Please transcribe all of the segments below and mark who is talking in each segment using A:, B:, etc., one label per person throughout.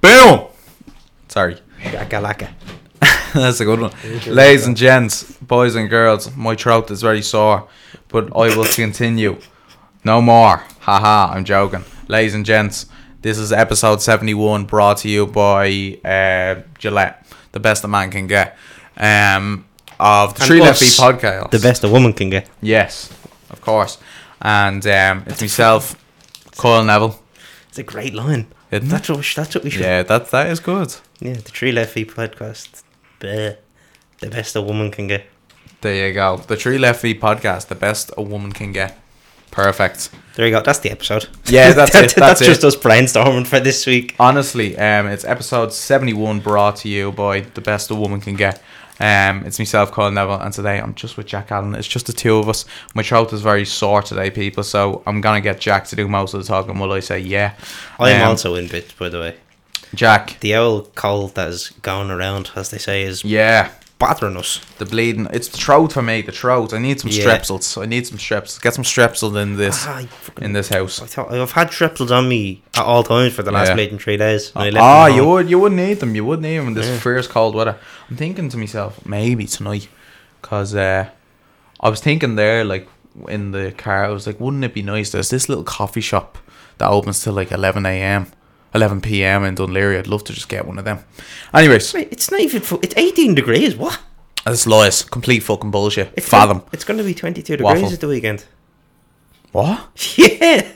A: Boom! Sorry.
B: Shakalaka.
A: That's a good one. Ladies and gents, boys and girls, my throat is very sore, but I will continue. No more. Haha, I'm joking. Ladies and gents, this is episode 71 brought to you by uh, Gillette, the best a man can get, um, of the
B: And
A: Three Left Feet
B: us,
A: podcast.
B: The best a woman can get.
A: Yes, of course. And um, it's myself, Coyle Neville.
B: It's a great line.
A: Isn't
B: That's what, we sh- that's what we should. Yeah,
A: Yeah, that that is good.
B: the Tree Left Feet podcast. Bleh. The best a woman can get.
A: There you go. The Three Left Feet podcast, the best a woman can get. Perfect.
B: There you go. That's the episode.
A: Yeah, that's it, that's it.
B: just us brainstorming for this week.
A: Honestly, um, it's episode 71 brought to you by the best a woman can get. Um, it's myself, Colin Neville, and today I'm just with Jack Allen. It's just the two of us. My throat is very sore today, people, so I'm going to get Jack to do most of the talking while I say yeah.
B: I'm
A: Um,
B: also in bits, by the way.
A: Jack,
B: The owl cold that is going around, as they say, is
A: yeah.
B: bothering us.
A: The bleeding. It's the throat for me, the throat. I need some
B: Yeah.
A: strepsils. I need some strepsils. Get some strepsils in this
B: Ah, I fucking-
A: in this house.
B: I thought, I've had triples on me at all times for the last
A: Yeah.
B: bleeding three days. and I left
A: Ah,
B: them at
A: you
B: home.
A: would you would need them. You would need them in this
B: Yeah.
A: fierce cold weather. I'm thinking to myself, maybe tonight, cause uh, I was thinking there, like in the car, I was like, wouldn't it be nice? There's this little coffee shop that opens till like 11 a.m., 11 p.m. in Dunleary. I'd love to just get one of them. Anyways,
B: Mate, It's not even. fu- It's 18 degrees. What?
A: that's lies, complete fucking bullshit.
B: It's
A: Fathom.
B: gonna- it's going to be 22
A: Waffle.
B: degrees at the weekend.
A: What?
B: Yeah.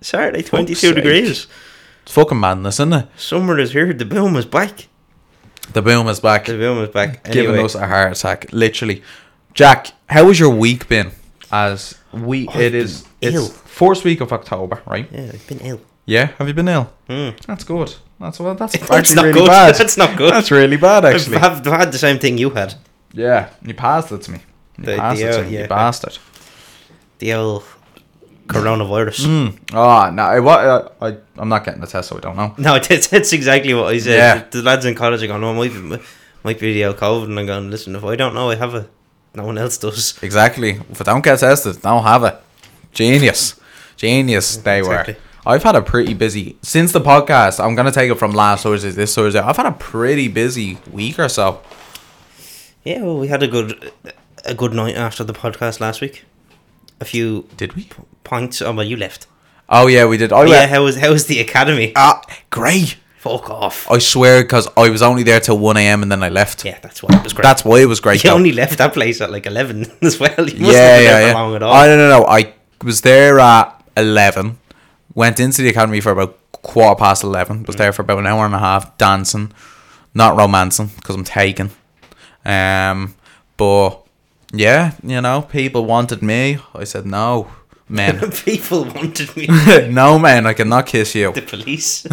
B: Saturday, 22
A: sake.
B: degrees.
A: It's fucking madness, isn't it?
B: Summer is here. The boom is back.
A: The boom is back.
B: The boom is back.
A: giving
B: Anyway,
A: us a heart attack, literally. Jack, how has your week been? As we,
B: I've
A: it is
B: been
A: it's
B: ill.
A: first week of October, right?
B: Yeah, I've been ill.
A: Yeah, have you been ill?
B: Mm.
A: That's good. That's well. That's
B: That's
A: actually
B: not
A: really
B: good.
A: bad.
B: That's not good.
A: That's really bad,
B: I've,
A: actually.
B: I've had the same thing you had.
A: Yeah, you passed it to me. You
B: The-
A: passed
B: the,
A: it to
B: uh,
A: me.
B: yeah.
A: You bastard.
B: The old coronavirus.
A: Mm. Oh no, I, what, uh, I I'm not getting the test, so I don't know.
B: No, that's, that's exactly what I said.
A: Yeah.
B: The lads in college are going, oh, might be, might be the old COVID. And I'm going, listen, if I don't know, I have it. No one else does.
A: Exactly. If I don't get tested, don't have it. Genius. Genius they
B: Exactly.
A: were. I've had a pretty busy since the podcast. I'm gonna take it from last Thursday, to this Thursday. I've had a pretty busy week or so.
B: Yeah, well, we had a good a good night after the podcast last week. A few
A: Did we?
B: pints. Oh, well, you left.
A: Oh yeah, we did. I
B: Oh, yeah,
A: went,
B: how was, how was the academy?
A: ah, great.
B: Fuck off.
A: I swear, because I was only there till one a.m. and then I left.
B: Yeah, that's why it was great.
A: That's why it was great.
B: you
A: though.
B: only left that place at like 11 as well. You
A: yeah,
B: must yeah, have been
A: yeah,
B: there for
A: yeah.
B: long at all.
A: I don't know. I was there at eleven. Went into the academy for about quarter past eleven. Was
B: Mm.
A: there for about an hour and a half dancing, not romancing because I'm taken. Um, but yeah, you know, people wanted me. I said no, men,
B: People wanted me.
A: no men. I cannot kiss you.
B: the police.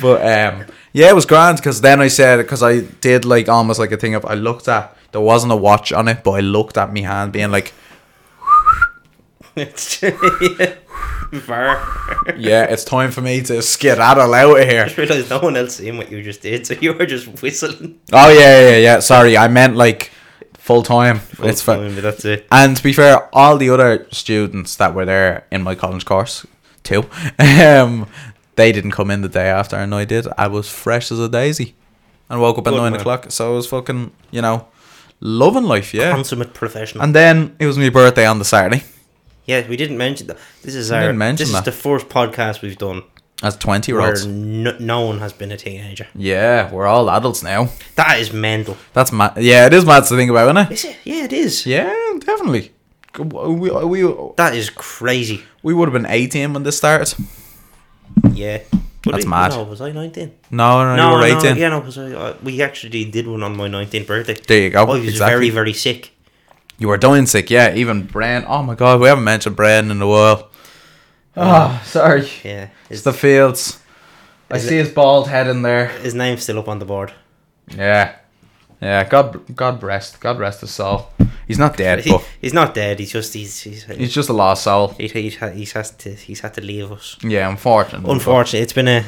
A: But um, yeah, it was grand because then I said because I did like almost like a thing of I looked at there wasn't a watch on it, but I looked at me hand being like.
B: It's- yeah. Var.
A: yeah, it's time for me to skedaddle out of here.
B: just realised no one else seen what you just did, so you were just whistling.
A: Oh yeah, yeah, yeah. Sorry, I meant like full time. It's fine.
B: But that's it.
A: And to be fair, all the other students that were there in my college course too, um, they didn't come in the day after, and I did. I was fresh as a daisy, and woke up at
B: Good
A: nine
B: man.
A: o'clock. So I was fucking, you know, loving life. Yeah.
B: Consummate professional.
A: And then it was my birthday on the Saturday.
B: yeah, we didn't mention that. This is
A: We
B: our.
A: didn't mention
B: This is
A: that.
B: the first podcast we've done
A: As twenty year
B: where
A: olds.
B: no, no one has been a teenager.
A: Yeah, we're all adults now.
B: That is mental.
A: That's mad. Yeah, it is mad to think about, isn't it?
B: Is it? Yeah, it is.
A: Yeah, definitely. We we,
B: That is crazy.
A: we would have been 18 when this started.
B: Yeah.
A: That's
B: I-
A: mad.
B: No, was I 19?
A: No, no,
B: No,
A: you were 18.
B: no, yeah, no, because uh, we actually did one on my 19th birthday.
A: There you go,
B: I was
A: exactly.
B: very, very sick.
A: You were dying sick, yeah. Even Bran. Oh my god, we haven't mentioned Bran in a while. Oh, sorry.
B: Yeah.
A: It's
B: His,
A: the fields. I
B: Is
A: see his bald head in there.
B: his name's still up on the board.
A: Yeah. Yeah, God God rest. God rest his soul. He's not dead,
B: He,
A: but oh.
B: he's not dead. He's just he's he's
A: he's just a lost soul.
B: he's, he's, ha- he's has to he's had to leave us.
A: Yeah, unfortunately. but
B: Unfortunately, it's been a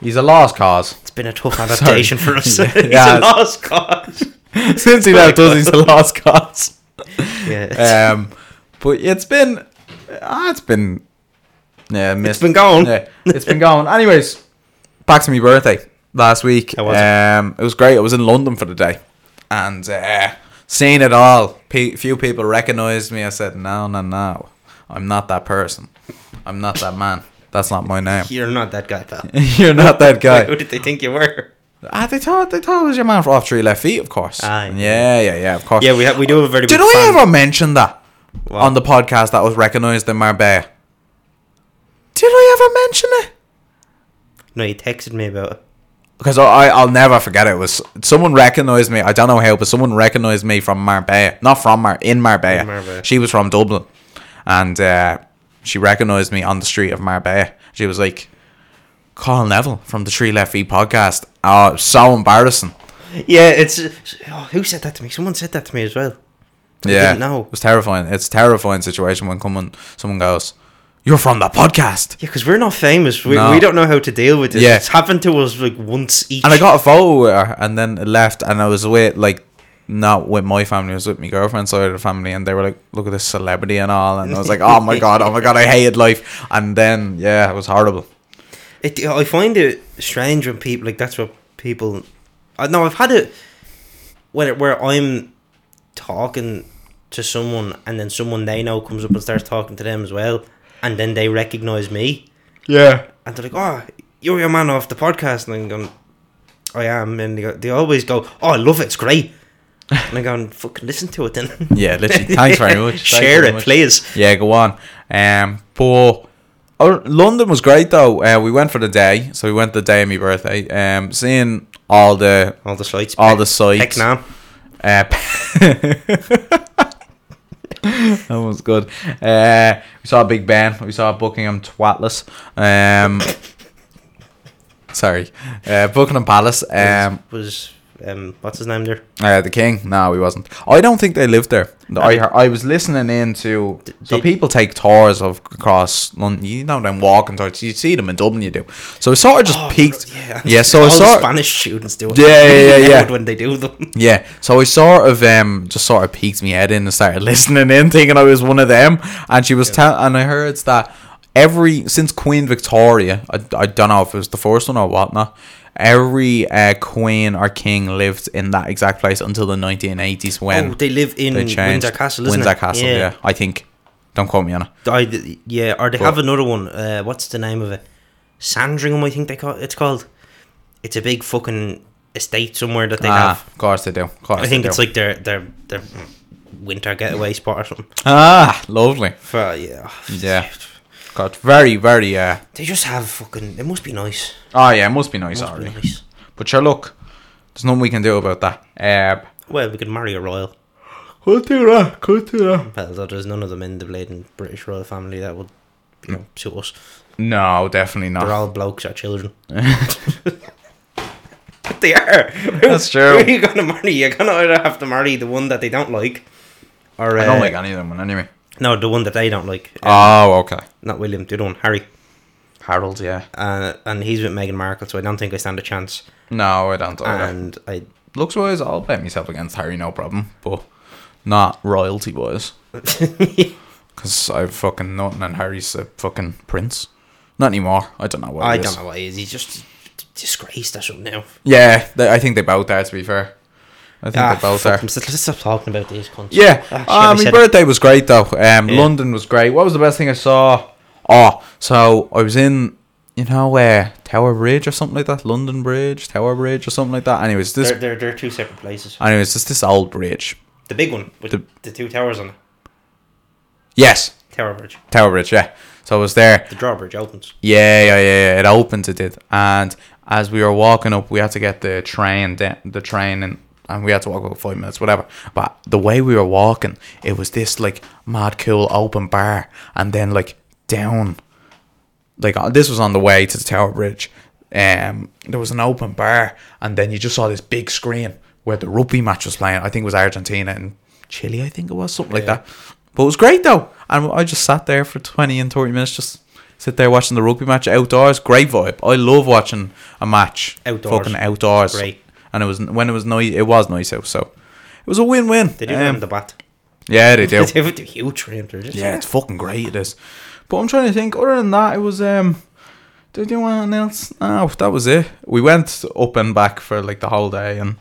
A: He's a lost cause.
B: it's been a tough adaptation for us.
A: Yeah.
B: it's
A: Yeah.
B: a lost cause.
A: Since he left us, he's a lost cause.
B: Yeah.
A: Uh, um, but it's been ah, it's been Yeah, missed.
B: been going.
A: Yeah, it's been going. Anyways, back to my birthday last week.
B: How was it?
A: um, it was great. I was in London for the day, and uh, seeing it all. Pe- few people recognised me. I said, "No, no, no, I'm not that person. I'm not that man. That's not my name.
B: You're not that guy, pal.
A: You're not that guy."
B: Who did they think you were?
A: Ah, they thought they thought it was your man for off three left feet, of course.
B: Ah,
A: yeah, yeah, yeah, of course.
B: Yeah, we have, we do have a very
A: Did
B: big
A: I
B: fan.
A: ever mention that
B: Wow.
A: on the podcast that was recognised in Marbella? Did I ever mention it?
B: No, you texted me about it.
A: Because I, I I'll never forget it. it was someone recognised me. I don't know how, but someone recognised me from Marbella, not from Mar in Marbella.
B: In Marbella.
A: She was from Dublin, and uh, she recognised me on the street of Marbella. She was like, "Carl Neville from the Three Left Feet podcast." Oh, it was so embarrassing.
B: Yeah, it's. Oh, who said that to me? Someone said that to me as well. I
A: yeah,
B: didn't know.
A: it was terrifying. It's a terrifying situation when someone someone goes, "You're from that podcast."
B: Yeah, because we're not famous. We,
A: No.
B: we don't know how to deal with this.
A: Yeah.
B: It's happened to us like once each.
A: And I got a photo with her, and then it left, and I was with like not with my family, I was with my girlfriend's side of the family, and they were like, "Look at this celebrity and all," and I was like, "Oh my god, oh my god, I hated life." And then yeah, it was horrible.
B: It, I find it strange when people like that's what people. I know I've had it where where I'm talking to someone and then someone they know comes up and starts talking to them as well, and then they recognise me
A: Yeah,
B: and they're like, "Oh, you're your man off the podcast," and I'm going, "I am," and they, go, they always go, "Oh, I love it. It's great." And I go and fucking listen to it then.
A: yeah, literally. Thanks very much. Thanks
B: Share
A: very
B: it,
A: much.
B: please.
A: Yeah, go on. Um, but uh, London was great though. Uh, we went for the day, so we went the day of my birthday. Um, seeing all the
B: All the sites.
A: all the sites.
B: Heck, nah.
A: Uh, that was good. Uh, we saw Big Ben. We saw Buckingham Twatless. Um, sorry, uh, Buckingham Palace. Um,
B: was um what's his name there?
A: uh, the King. No, he wasn't. I don't think they lived there. No, I
B: they-
A: hear- I was listening in to so
B: they-
A: people take tours of across London. You know them walking tours. You see them in Dublin. You do. So it sort of just peaked.
B: Oh, Yeah,
A: yeah. So I
B: all
A: saw.
B: the Spanish students do it.
A: Yeah, yeah, yeah,
B: They
A: yeah.
B: would when they do them.
A: Yeah, so I sort of um just sort of peeked my head in and started listening in, thinking I was one of them. And she was tell and I heard that every since Queen Victoria, I, I don't know if it was the first one or whatnot. Every uh, queen or king lived in that exact place until the 1980s when
B: oh, they live in
A: they changed
B: Windsor Castle, isn't
A: Windsor
B: it?
A: Castle, yeah. I think. Don't quote me on it.
B: I, yeah, or they have another one. Uh, what's the name of it? Sandringham, I think they call it's called. It's a big fucking estate somewhere that they
A: Ah,
B: have.
A: of course they do. Of course
B: I think
A: they
B: it's
A: do.
B: like their their their winter getaway spot or something.
A: ah, lovely.
B: For, yeah,
A: Yeah, God, very, very. Uh,
B: They just have fucking. It must be nice.
A: oh yeah, it must be nice,
B: Must be
A: already.
B: nice.
A: But sure, look, there's nothing we can do about that. Um,
B: Well, we could marry a royal.
A: could do that. Could do that.
B: Well, though there's none of them in the bleeding British royal family that would, you
A: Mm.
B: know, suit us.
A: No, definitely not.
B: They're all blokes or children. but they are.
A: That's true.
B: Who are you gonna marry? You're gonna either have to marry the one that they don't like, or uh,
A: I don't like any of them anyway.
B: no, the one that they don't like. Uh,
A: Oh, okay.
B: not William, the other one, Harry,
A: Harold, yeah.
B: uh, and he's with Meghan Markle, so I don't think I stand a chance.
A: No, I don't. either.
B: And I,
A: Looks wise, I'll bet myself against Harry, no problem. But not royalty wise. Because I have fucking nothing, and Harry's a fucking prince. Not anymore. I don't know what
B: I
A: he
B: don't
A: is.
B: know what he is. He's just disgraced or something now.
A: Yeah, they, I think they both are, to be fair. I think
B: Ah,
A: they both
B: fuck
A: are.
B: them. So Let's stop talking about these cunts.
A: Yeah.
B: Ah, shit,
A: Ah,
B: we
A: my
B: said it.
A: birthday was great though. Um,
B: Yeah.
A: London was great. What was the best thing I saw? Oh, so I was in, you know, uh, Tower Bridge or something like that. London Bridge, Tower Bridge or something like that. Anyways, this,
B: They're, they're, they're two separate places.
A: anyways, just this old bridge.
B: The big one with
A: The-
B: the, two towers on it.
A: Yes,
B: Tower Bridge.
A: Tower Bridge. Yeah. So I was there.
B: The drawbridge opens.
A: Yeah, yeah, yeah. yeah. It opened it did, and as we were walking up, we had to get the train, da- the train, and and we had to walk about five minutes, whatever. But the way we were walking, it was this like mad cool open bar, and then like down, like uh, this was on the way to the Tower Bridge. Um, there was an open bar, and then you just saw this big screen where the rugby match was playing. I think it was Argentina and Chile. I think it was something like that. But it was great though, and I just sat there for twenty and thirty minutes, just sit there watching the rugby match outdoors. Great vibe. I love watching a match
B: Outdoors.
A: fucking outdoors.
B: Great.
A: And it was when it was nice. It was nice out, so it was a win-win.
B: They do
A: Um,
B: that in the bat.
A: yeah, they do.
B: They have the huge ramp. They're just
A: yeah, it's fucking great. It is. But I'm trying to think. Other than that, it was um. Did we do anything else? No, that was it. We went up and back for like the whole day, and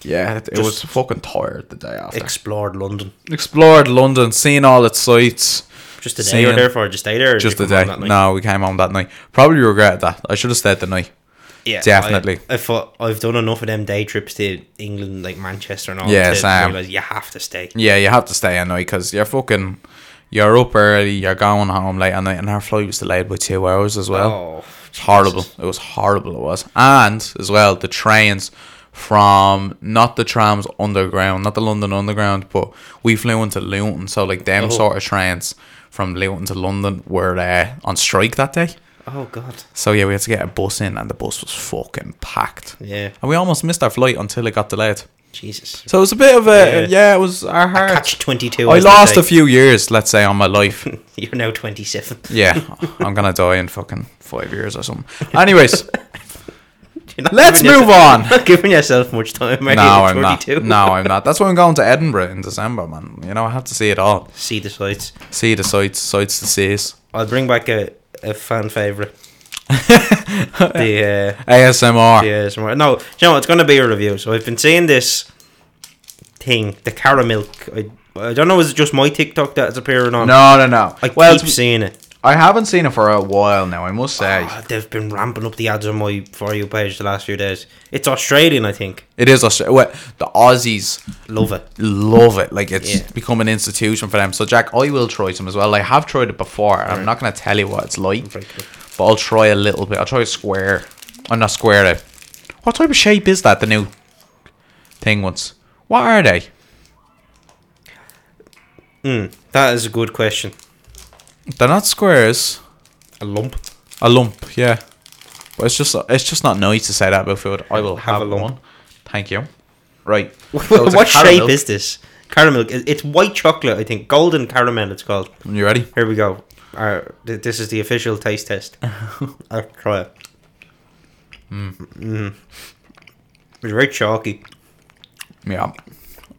A: yeah, it, it was
B: Just-
A: fucking tired the day after.
B: Explored London.
A: Explored London, seen all its sights.
B: Just a day you were
A: Seeing-
B: there for, just day there. or did
A: Just
B: you
A: the
B: come
A: day.
B: home that night?
A: No, we came home that night. Probably regret that. I should have stayed the night.
B: Yeah,
A: Definitely.
B: I, I thought I've done enough of them day trips to England, like Manchester and all.
A: Yeah,
B: to
A: same.
B: realise you have to stay.
A: Yeah, you have to stay at night because you're fucking. You're up early. You're going home late at night, and our flight was delayed by two hours as well.
B: Oh,
A: It's horrible. It was horrible. It was, and as well, the trains from not the trams underground, not the London underground, but we flew into Luton. So like
B: Oh.
A: them sort of trains from Luton to London were uh, on strike that day.
B: oh god.
A: So yeah, we had to get a bus in, and the bus was fucking packed.
B: Yeah,
A: And we almost missed our flight until it got delayed.
B: Jesus.
A: So it was a bit of a
B: Yeah.
A: yeah. it was our heart.
B: Catch twenty two.
A: I lost a few years, let's say, on my life.
B: You're now twenty seven.
A: Yeah, I'm gonna die in fucking five years or something. Anyways, let's move on.
B: Not giving yourself much time. Are
A: No,
B: you?
A: I'm not.
B: 22.
A: No, I'm not. That's why I'm going to Edinburgh in December, man. You know, I have to see it all.
B: See the sights.
A: See the sights, sights to seas.
B: I'll bring back a, a fan favorite. the uh,
A: ASMR.
B: the ASMR. No, do you know what? it's gonna be a review. So I've been seeing this thing, the caramel. I, I don't know. Is it just my TikTok that's appearing on?
A: No, no, no.
B: I
A: well,
B: keep
A: it's-
B: seeing it.
A: I haven't seen it for a while now. I must say,
B: Ah, they've been ramping up the ads on my for you page the last few days. It's Australian, I think.
A: it is Australia. Well, the Aussies
B: Love it.
A: love it. Like it's
B: Yeah.
A: become an institution for them. So Jack, I will try some as well. I have tried it before. and I'm not going to tell you what it's like,
B: Very good.
A: but I'll try a little bit. I'll try a square. I'm not square it. What type of shape is that? The new thing ones. What are they?
B: That is a good question.
A: They're not squares.
B: A lump.
A: A lump, yeah. But it's just it's just not nice to say that about food. I will have,
B: Have a lump.
A: one. Thank you. Right. So it's a
B: what shape
A: caramel.
B: is this? Caramel. It- It's white chocolate, I think. Golden caramel. It's called.
A: You ready?
B: Here we go. Our, th- this is the official taste test. I'll try it. Mm.
A: Mm.
B: It's very chalky.
A: Yeah.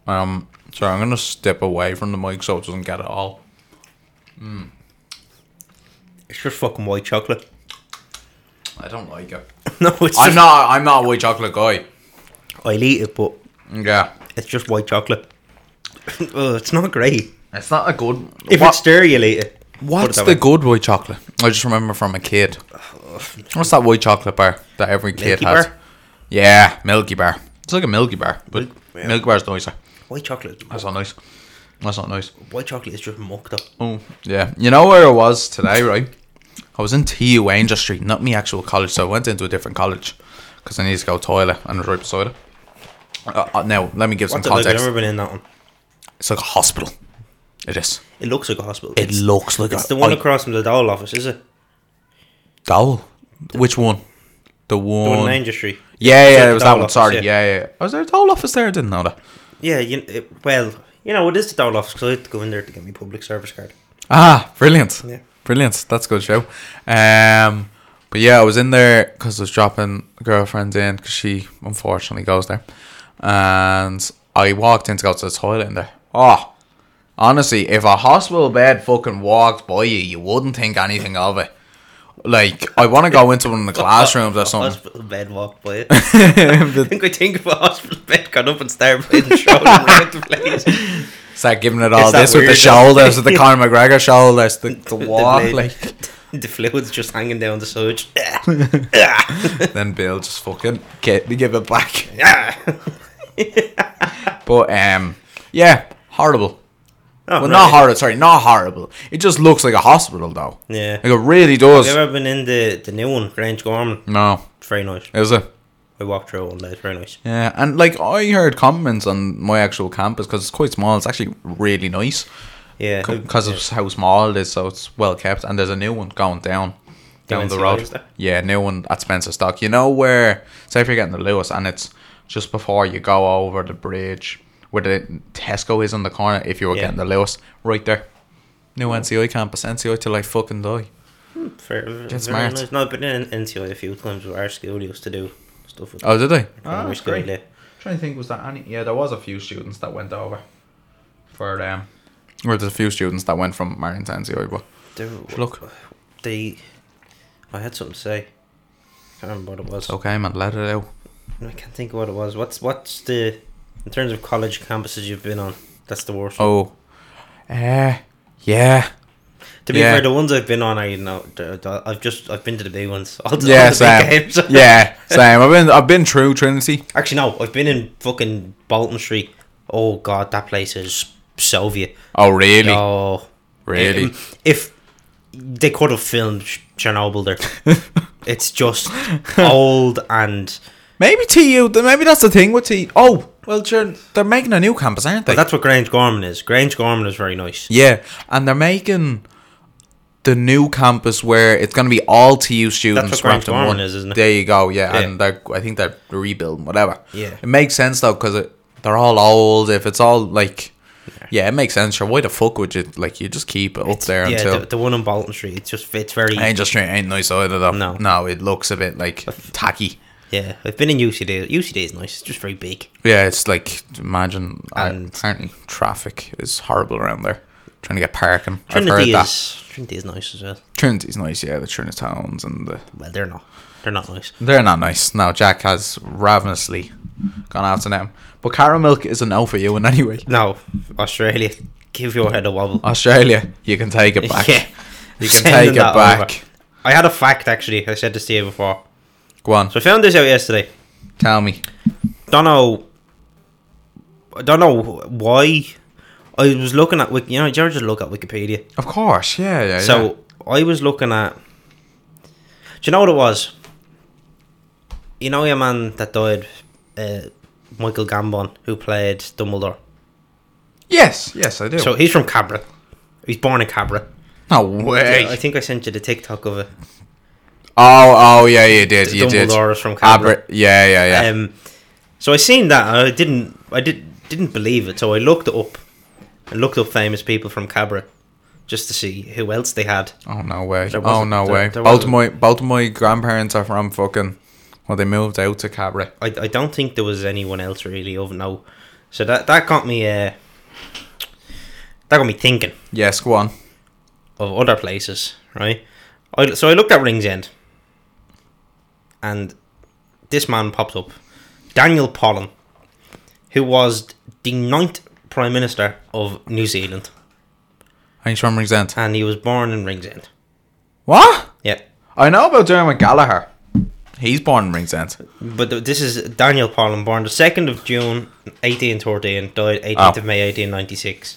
A: Um. Sorry, I'm gonna step away from the mic so it doesn't get it all.
B: It's just fucking white chocolate.
A: I don't like it.
B: no, it's.
A: I'm
B: just-
A: not. I'm not a white chocolate guy.
B: I'll eat it, but
A: Yeah. it's
B: it's just white chocolate. oh, it's not great.
A: not a good.
B: If
A: What-
B: it's there, you'll eat it. Put it
A: what's
B: that
A: the
B: way.
A: good white chocolate? I just remember from a kid. What's that white chocolate bar that every kid
B: Milky
A: has?
B: Bar?
A: Yeah, Milky Bar. It's like a Milky Bar, but
B: Yeah.
A: Milky Bar's nicer.
B: White chocolate.
A: That's not nice. That's not nice.
B: White chocolate is just mucked up.
A: Oh, yeah. You know where I was today, right? I was in TU Angel Street, not my actual college, so I went into a different college because I needed to go toilet and it was right beside it. Uh, uh, now, let me give
B: What's it
A: some
B: like? I've
A: context.
B: never been in that one.
A: It's like a hospital. It is.
B: It looks like a hospital.
A: It
B: it's,
A: looks like
B: it's
A: a
B: the one
A: I-
B: across from the doll office, is it?
A: Dowel. Which one? The one.
B: The one in Angel Street.
A: yeah, yeah,
B: the
A: it was
B: dowel
A: that one.
B: office,
A: Sorry.
B: yeah.
A: Yeah. yeah, yeah. Was there a dowel office there? I didn't know that.
B: Yeah, you, it, well, you know, it is the doll office because I had to go in there to get my public service card.
A: Ah, brilliant.
B: Yeah.
A: Brilliant. That's a good show. Um, but yeah, I was in there because I was dropping a girlfriend in because she unfortunately goes there. And I walked in to go to the toilet in there. Oh, honestly, if a hospital bed fucking walked by you, you wouldn't think anything of it. Like, I want to go into one of the classrooms or something.
B: Hospital bed walked by it. I think I think if a hospital bed got up and started playing shoulder around the place.
A: Start giving it all
B: It's that
A: this with the
B: weird,
A: shoulders,
B: though.
A: with the Conor McGregor shoulders, the, the
B: The
A: walk,
B: blade-
A: like.
B: the fluid's just hanging down the sewage.
A: Then Bill just fucking get, give it back.
B: Yeah.
A: But um, yeah, horrible. Well,
B: Oh, right.
A: not horrible. Sorry, not horrible. It just looks like a hospital, though.
B: Yeah.
A: Like it really does.
B: Have you ever been in the, the new one, Grange Gorman?
A: no,
B: It's very nice.
A: is it?
B: I walked through it one day. It's very nice.
A: Yeah, and like I heard comments on my actual campus because it's quite small. It's actually really nice
B: Yeah.
A: because of how small it is. So it's well kept, and there's a new one going down down the
B: NCI
A: road.
B: is there?
A: Yeah, new one at Spencer Stock. You know where? Say if you're getting to Lewis, and it's just before you go over the bridge where the Tesco is on the corner. If you were
B: Yeah.
A: getting to Lewis, right there, new NCI campus, NCI till I fucking die.
B: Fair, very
A: smart.
B: Nice. No, I've been in NCI a few times with our school used to do stuff with
A: Oh, did they?
B: primary school. yeah.
A: trying to think, was that any? Yeah, there was a few students that went over for um. Or there's a few students that went from Marion to NCI, but
B: They,
A: Look,
B: they, I had something to say. can't remember what it was.
A: it's okay, man. Let it out.
B: I can't think of what it was. What's what's the in terms of college campuses you've been on? That's the worst.
A: Oh, eh, yeah,
B: to be
A: yeah.
B: fair, the ones I've been on, I you know, the- the- I've just I've been to the big ones. All the,
A: yeah,
B: all the big
A: same,
B: games.
A: yeah, same. I've been, I've been through Trinity.
B: Actually, no, I've been in fucking Bolton Street. Oh god, that place is Soviet.
A: Oh, really?
B: Oh,
A: Really?
B: Um, If they could have filmed Ch- Chernobyl there, it's just old and
A: Maybe TU. th- Maybe that's the thing with TU. Oh, well, Chern- they're making a new campus, aren't they?
B: that's what Grange Gorman is. Grange Gorman is very nice.
A: yeah, and they're making the new campus where it's going to be all TU students
B: what Grange
A: wrapped in
B: Gorman
A: one.
B: is, isn't it?
A: There you go. Yeah,
B: Yeah.
A: and they're, I think they're rebuilding whatever.
B: Yeah.
A: it makes sense though because they're all old. If it's all like, yeah, it makes sense. Sure, why the fuck would you like? You just keep it up there
B: Yeah,
A: until.
B: the, the one on Bolton Street. It's just it's very.
A: I ain't just trying. Ain't nice either though.
B: No.
A: no, it looks a bit like tacky.
B: Yeah, I've been in UCD. UCD is nice. It's just very big.
A: Yeah, it's like imagine. I-
B: And-
A: apparently, traffic is horrible around there. Trying to get parking. I've
B: Trinity
A: heard that.
B: is Trinity is nice as well.
A: Trinity's nice, yeah. The Trinitowns and the
B: Well, they're not. They're not nice.
A: they're not nice. No, Jack has ravenously gone after them. But Carol Milk isn't out for you in any way.
B: No, Australia, give your head a wobble.
A: Australia, you can take it back.
B: Yeah,
A: You can
B: Sending
A: take it
B: that
A: back.
B: over. I had a fact actually. I said this to you before.
A: Go on,
B: So I found this out yesterday.
A: tell me.
B: Don't know. I don't know why. I was looking at Wik. You know, you ever just look at Wikipedia.
A: Of course, yeah, yeah. yeah.
B: So I was looking at. Do you know what it was? You know your man that died, uh, Michael Gambon, who played Dumbledore.
A: yes, yes, I do.
B: So he's from Cabra. He's born in Cabra.
A: no
B: Yeah, I
A: way.
B: think I sent you the TikTok of it.
A: Oh, oh, yeah, you did, you did.
B: Dumbledore is from Cabra.
A: Aber- yeah, yeah, yeah.
B: Um, so I seen that. And I didn't. I did didn't believe it. So I looked it up, and looked up famous people from Cabra, just to see who else they had.
A: oh no way.
B: there
A: Oh
B: wasn't-
A: no
B: there-
A: way.
B: there
A: both
B: wasn't-
A: my both my grandparents are from fucking. Well, they moved out to Cabra.
B: I, I don't think there was anyone else really of no. So that that got me uh, that got me thinking
A: Yes, go on.
B: of other places, right? I, so I looked at Ringsend, and this man popped up, Daniel Pollan, who was the ninth prime minister of New Zealand,
A: And he's from Ringsend.
B: and he was born in Ringsend.
A: What?
B: Yeah,
A: I know about Dermot Gallagher. He's born in Ringsend.
B: but th- this is Daniel Pollan, born the second of June, eighteen thirteen, died eighteenth
A: Oh.
B: of May, eighteen ninety six.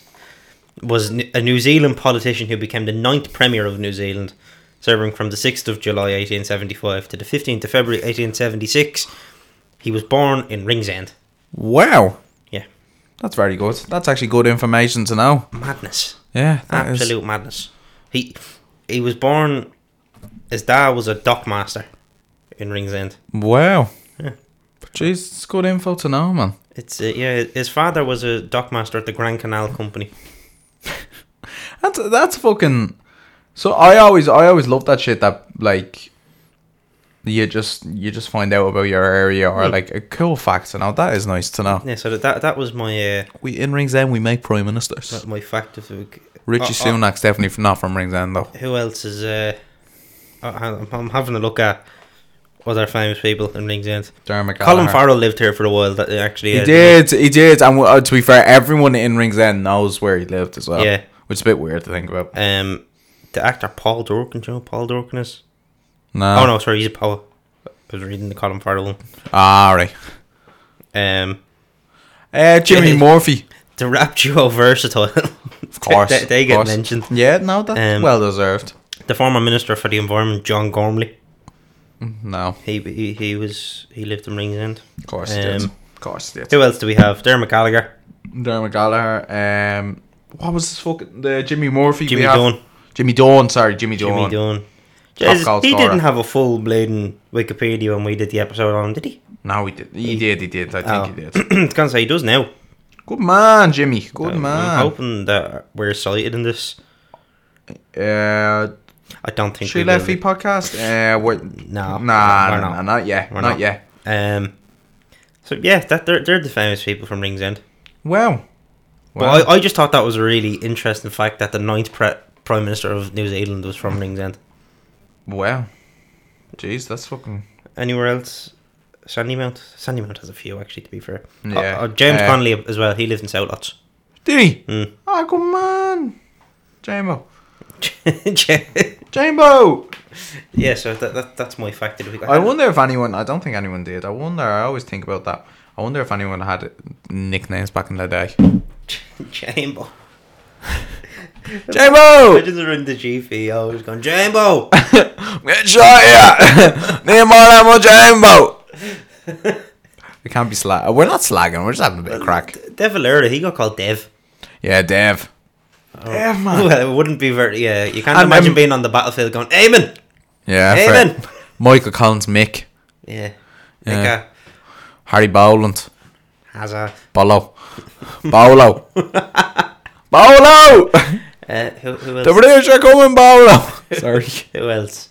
B: Was n- a New Zealand politician who became the ninth premier of New Zealand, serving from the sixth of July, eighteen seventy five, to the fifteenth of February, eighteen seventy six. He was born in Ringsend.
A: Wow.
B: Yeah,
A: That's very good. That's actually good information to know.
B: madness,
A: Yeah. that is-
B: absolute madness. He he was born. His dad was a dockmaster in Ringsend.
A: Wow.
B: Yeah.
A: Jeez, it's good info to know, man.
B: It's uh, yeah. His father was a dockmaster at the Grand Canal Company.
A: That's that's fucking. So I always I always love that shit that like. You just you just find out about your area or like a cool facts and all that is nice to know.
B: Yeah, so that that, that was my uh,
A: We in Ringsend we make prime ministers.
B: that- my fact of the week.
A: Richie
B: Oh, oh,
A: Sunak's definitely f- not from Ringsend though.
B: who else is? Uh, oh, hang on, I'm, I'm having a look at other famous people in Ringsend.
A: Dermot
B: Colin
A: Gallagher.
B: Farrell lived here for a while. That actually
A: He
B: uh,
A: did, he did, and uh, to be fair, everyone in Ringsend knows where he lived as well.
B: Yeah.
A: which is a bit weird to think about.
B: Um, the actor Paul Dorkin. Do you know who Paul Dorkin is?
A: No,
B: Oh no, sorry, he's a poet. I was reading the Colin Farrell one.
A: all Ah, right.
B: Um,
A: Uh, Jimmy
B: Yeah.
A: Murphy,
B: the rap duo Versatile.
A: of course.
B: they, they
A: of
B: get
A: course.
B: mentioned.
A: Yeah, no, that's
B: Um,
A: well deserved.
B: The former minister for the environment, John Gormley.
A: No,
B: He he, he was he lived in Ringsend.
A: of course it did.
B: um,
A: Of course it did.
B: Who else do we have? Dermot Gallagher.
A: Dermot Gallagher. Um, what was this fucking the Jimmy Murphy? we
B: Jimmy
A: have-
B: Dunn.
A: Jimmy Dawn. Sorry, Jimmy
B: Jimmy
A: Dawn.
B: Dunn.
A: Top
B: Jesus,
A: goal
B: he
A: scorer.
B: didn't have a full bleeding Wikipedia when we did the episode on him, did he? Oh.
A: No, he did. He did. He did. I think he did.
B: I was gonna say he does now.
A: Good man, Jimmy. Good
B: I'm-
A: man.
B: I'm hoping that we're cited in this.
A: Uh,
B: I don't think
A: Tree
B: we will
A: Lefty
B: be.
A: podcast. Uh, we're, nah,
B: No, we're
A: nah,
B: not.
A: nah, not yet.
B: We're
A: Not,
B: not.
A: yet.
B: Um. So yeah, that they're they're the famous people from Ringsend.
A: Wow.
B: But I, I just thought that was a really interesting fact that the ninth pre- Prime Minister of New Zealand was from Rings End.
A: Wow. Jeez, that's fucking.
B: Anywhere else? Sandy Mount. Sandy Mount has a few actually. To be fair,
A: Yeah.
B: Uh, uh, James
A: Uh,
B: Connolly as well. He lives in Southlots.
A: Did he?
B: Mm.
A: Oh, good man. Jambo.
B: Yeah.
A: Jambo!
B: yeah, so that, that that's my fact of the week.
A: I wonder if anyone, I don't think anyone did. I wonder, I always think about that. I wonder if anyone had nicknames back in the day.
B: Jambo.
A: Jambo!
B: Imagine they're in the GP. I was going Jambo.
A: Get shot here! Name all that more Jambo! We can't be slag. We're not slagging, we're just having a bit of crack.
B: Dev Valera, he got called Dev. Oh.
A: Yeah, Dev. Dev, man.
B: Well, it wouldn't be very. Yeah, you can't
A: And,
B: imagine
A: um,
B: being on the battlefield going Amen.
A: Yeah,
B: Amen.
A: Fred. Michael Collins, Mick,
B: Yeah.
A: Yeah.
B: Like a
A: Harry Boland,
B: has a
A: Bolo, Bolo, Bolo.
B: uh, who, who
A: The
B: else?
A: British are coming, Bolo. Sorry.
B: Who else?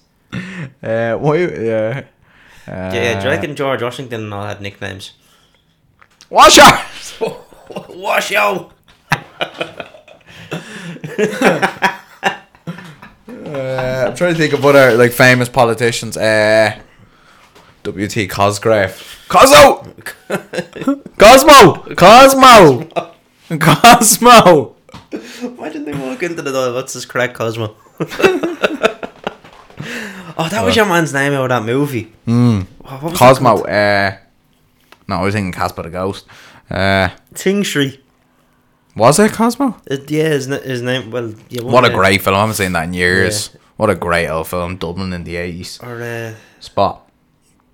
A: Uh, why? Yeah. Uh,
B: Yeah, yeah, do you reckon George Washington and all had nicknames?
A: Watch out!
B: Wash yo!
A: Uh, I'm trying to think of other like famous politicians. Uh, W.T. Cosgrave, Cosmo, Cosmo, Cosmo, Cosmo.
B: Imagine they walk into the door. What's this crack, Cosmo? oh, that was your man's name out of that movie. Mm.
A: Hmm. Cosmo. Uh, no, I was thinking Casper the Ghost. Uh,
B: Ting Shui.
A: was it Cosmo?
B: Uh, yeah, his, na- his name. Well, yeah. one
A: What a
B: name.
A: great film! I haven't seen that in years. What a great old film, Dublin in the eighties.
B: Or uh,
A: Spot.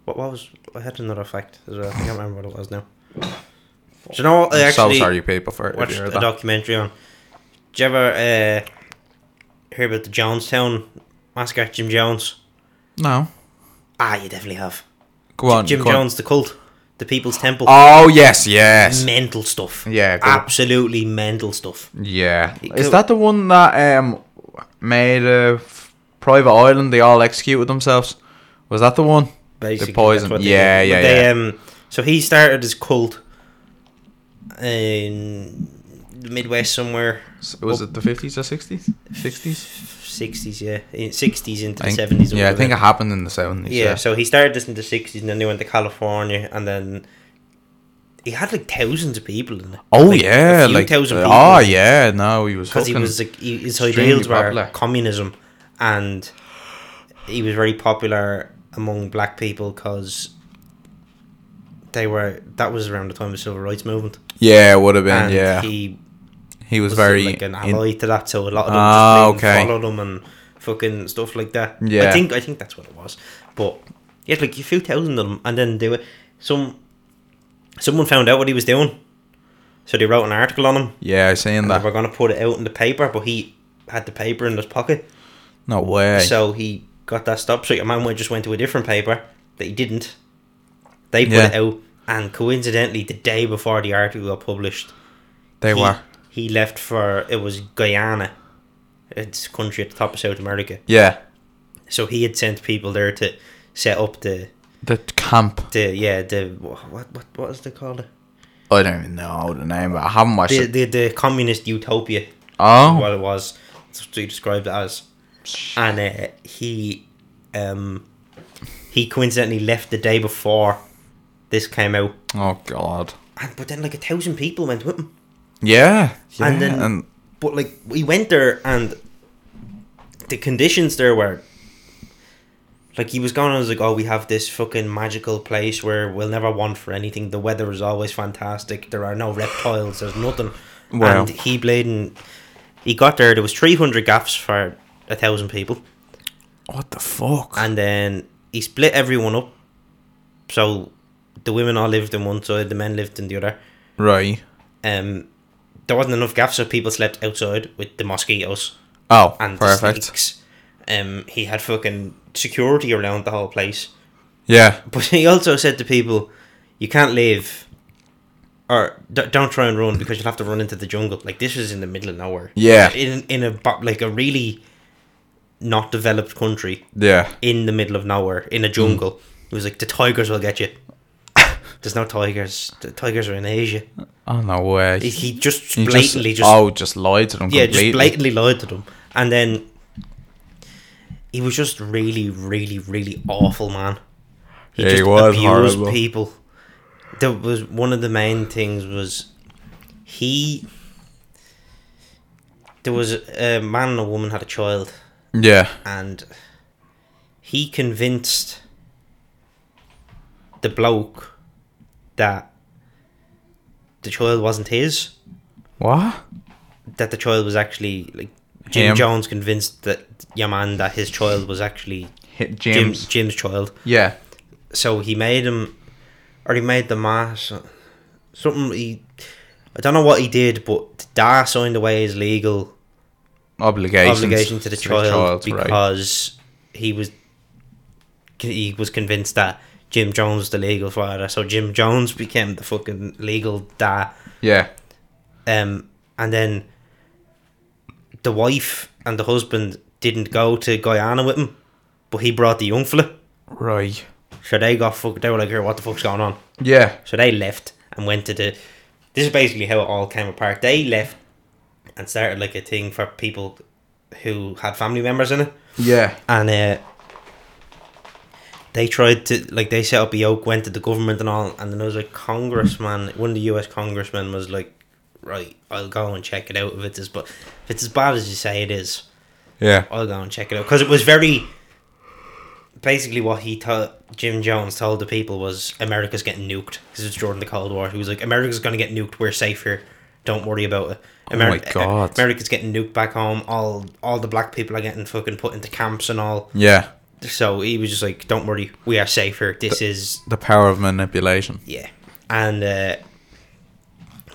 B: what, what was? I had another fact as well. I can't remember what it was now. Do you know what? I actually
A: so sorry, people, for it. if
B: watched
A: you
B: a
A: heard that.
B: documentary on. Did you ever uh, hear about the Jonestown massacre? Jim Jones.
A: No,
B: Ah, you definitely have.
A: go on,
B: Jim
A: go on.
B: Jones, the cult, the People's Temple.
A: Oh yes, yes,
B: mental stuff.
A: Yeah, go-
B: absolutely mental stuff.
A: yeah.
B: go-
A: Is that the one that um made a f- private island? They all executed themselves. Was that the one?
B: Basically,
A: the poison.
B: that's what they
A: yeah,
B: did.
A: yeah,
B: But they,
A: yeah.
B: Um, so he started his cult in the Midwest somewhere,
A: S- was it the
B: Oh.
A: fifties or sixties? Sixties.
B: sixties, yeah, sixties into the seventies.
A: Yeah, I think it happened in the seventies.
B: Yeah,
A: Yeah.
B: so he started this in the sixties, and then he went to California, and then he had like thousands of people in it.
A: Oh
B: Like,
A: yeah,
B: a few
A: like
B: thousand people.
A: oh yeah, no, he was
B: because
A: fucking.
B: he was like he, his
A: extremely
B: ideals were
A: popular.
B: communism, and he was very popular among black people because they were that was around the time of the civil rights movement,
A: yeah, it would have been.
B: and
A: Yeah, he,
B: he
A: was,
B: was
A: very.
B: like an
A: in-
B: ally to that. So a lot of them
A: Ah,
B: just plain
A: okay.
B: followed him and fucking stuff like that. I
A: Yeah.
B: think I think that's what it was. But yeah, like a few thousand of them, and then they were some someone found out what he was doing, so they wrote an article on him.
A: yeah, I seen
B: They were
A: that.
B: going to put it out in the paper, but he had the paper in his pocket.
A: No way.
B: So he got that stopped. So your man went- just went to a different paper that he didn't. They put
A: Yeah.
B: it out, and coincidentally, the day before the article got published,
A: they
B: he,
A: were.
B: he left for it was Guyana, it's a country at the top of South America.
A: Yeah,
B: So he had sent people there to set up the
A: the camp.
B: the yeah the wha- what what what is they called it
A: I don't even know the name, but I haven't watched
B: the
A: it.
B: the, the communist utopia
A: Oh,
B: what it was. That's what he described it as. And uh, he, um, he coincidentally left the day before this came out.
A: oh god.
B: And, but then like a thousand people went with him.
A: Yeah, yeah.
B: And then- But like we went there and the conditions there were. Like he was going on, I was like, oh, we have this fucking magical place where we'll never want for anything. The weather is always fantastic. There are no reptiles. There's nothing.
A: Wow.
B: And he played and he got there. There was three hundred gaffs for a thousand people.
A: what the fuck?
B: and then he split everyone up. So the women all lived on one side, the men lived on the other.
A: right.
B: Um, there wasn't enough gaps, so people slept outside with the mosquitoes
A: Oh,
B: and the
A: perfect.
B: snakes. Um, he had fucking security around the whole place,
A: Yeah,
B: but he also said to people, "You can't leave." Or d- don't try and run because you'll have to run into the jungle. Like this is in the middle of nowhere.
A: Yeah.
B: in in a bo- like a really not developed country
A: yeah.
B: in the middle of nowhere in a
A: Mm.
B: jungle. It was like the tigers will get you. There's no tigers. The tigers are in Asia.
A: Oh no way.
B: He, he just
A: He
B: blatantly just,
A: oh just lied to them
B: yeah just
A: completely.
B: blatantly lied to them And then he was just really, really, really awful, man.
A: Yeah, he was
B: abused
A: horrible.
B: people. There was one of the main things was he. There was a a man and a woman had a child,
A: Yeah.
B: and he convinced the bloke that the child wasn't his
A: What?
B: that the child was actually like Jim
A: Him.
B: Jones convinced that your man that his child was actually
A: Hit
B: Jim,
A: James.
B: Jim's child.
A: Yeah.
B: So he made him, or he made the ma so- something. He, I don't know what he did, but Da signed away his legal
A: Obligations.
B: obligation to the child,
A: right.
B: because he was he was convinced that Jim Jones was the legal father. So Jim Jones became the fucking legal Da.
A: Yeah.
B: Um, and then the wife and the husband didn't go to Guyana with him, but he brought the young fella.
A: Right.
B: So they got fuck. They were like, "Here, what the fuck's going on?"
A: Yeah.
B: So they left and went to the. This is basically how it all came apart. They left and started like a thing for people who had family members in it,
A: Yeah.
B: and uh, they tried to like they set up a yoke, went to the government and all, and then there was a congressman, one of the U.S. congressmen was like, "Right, I'll go and check it out if it's as but if it's as bad as you say it is."
A: Yeah.
B: I'll go and check it out because it was very basically what he told Jim Jones told the people was America's getting nuked because it's during the Cold War. He was like, America's going to get nuked. We're safe here. Don't worry about it.
A: Oh my God.
B: America's getting nuked back home. All all the black people are getting fucking put into camps and all.
A: Yeah.
B: So he was just like, "Don't worry, we are safe here. This is
A: The power of manipulation.
B: yeah." And uh,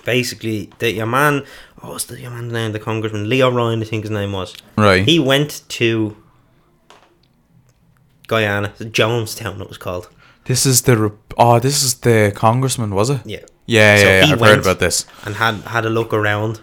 B: basically, the your man, oh, what's the your man's name? The congressman, Leo Ryan, I think his name was.
A: Right.
B: He went to Guyana, Jonestown, it was called.
A: this is the re- oh, this is the congressman, was it?
B: Yeah,
A: Yeah,
B: So
A: yeah, yeah.
B: he
A: I've heard
B: went-
A: about this.
B: and had had a look around.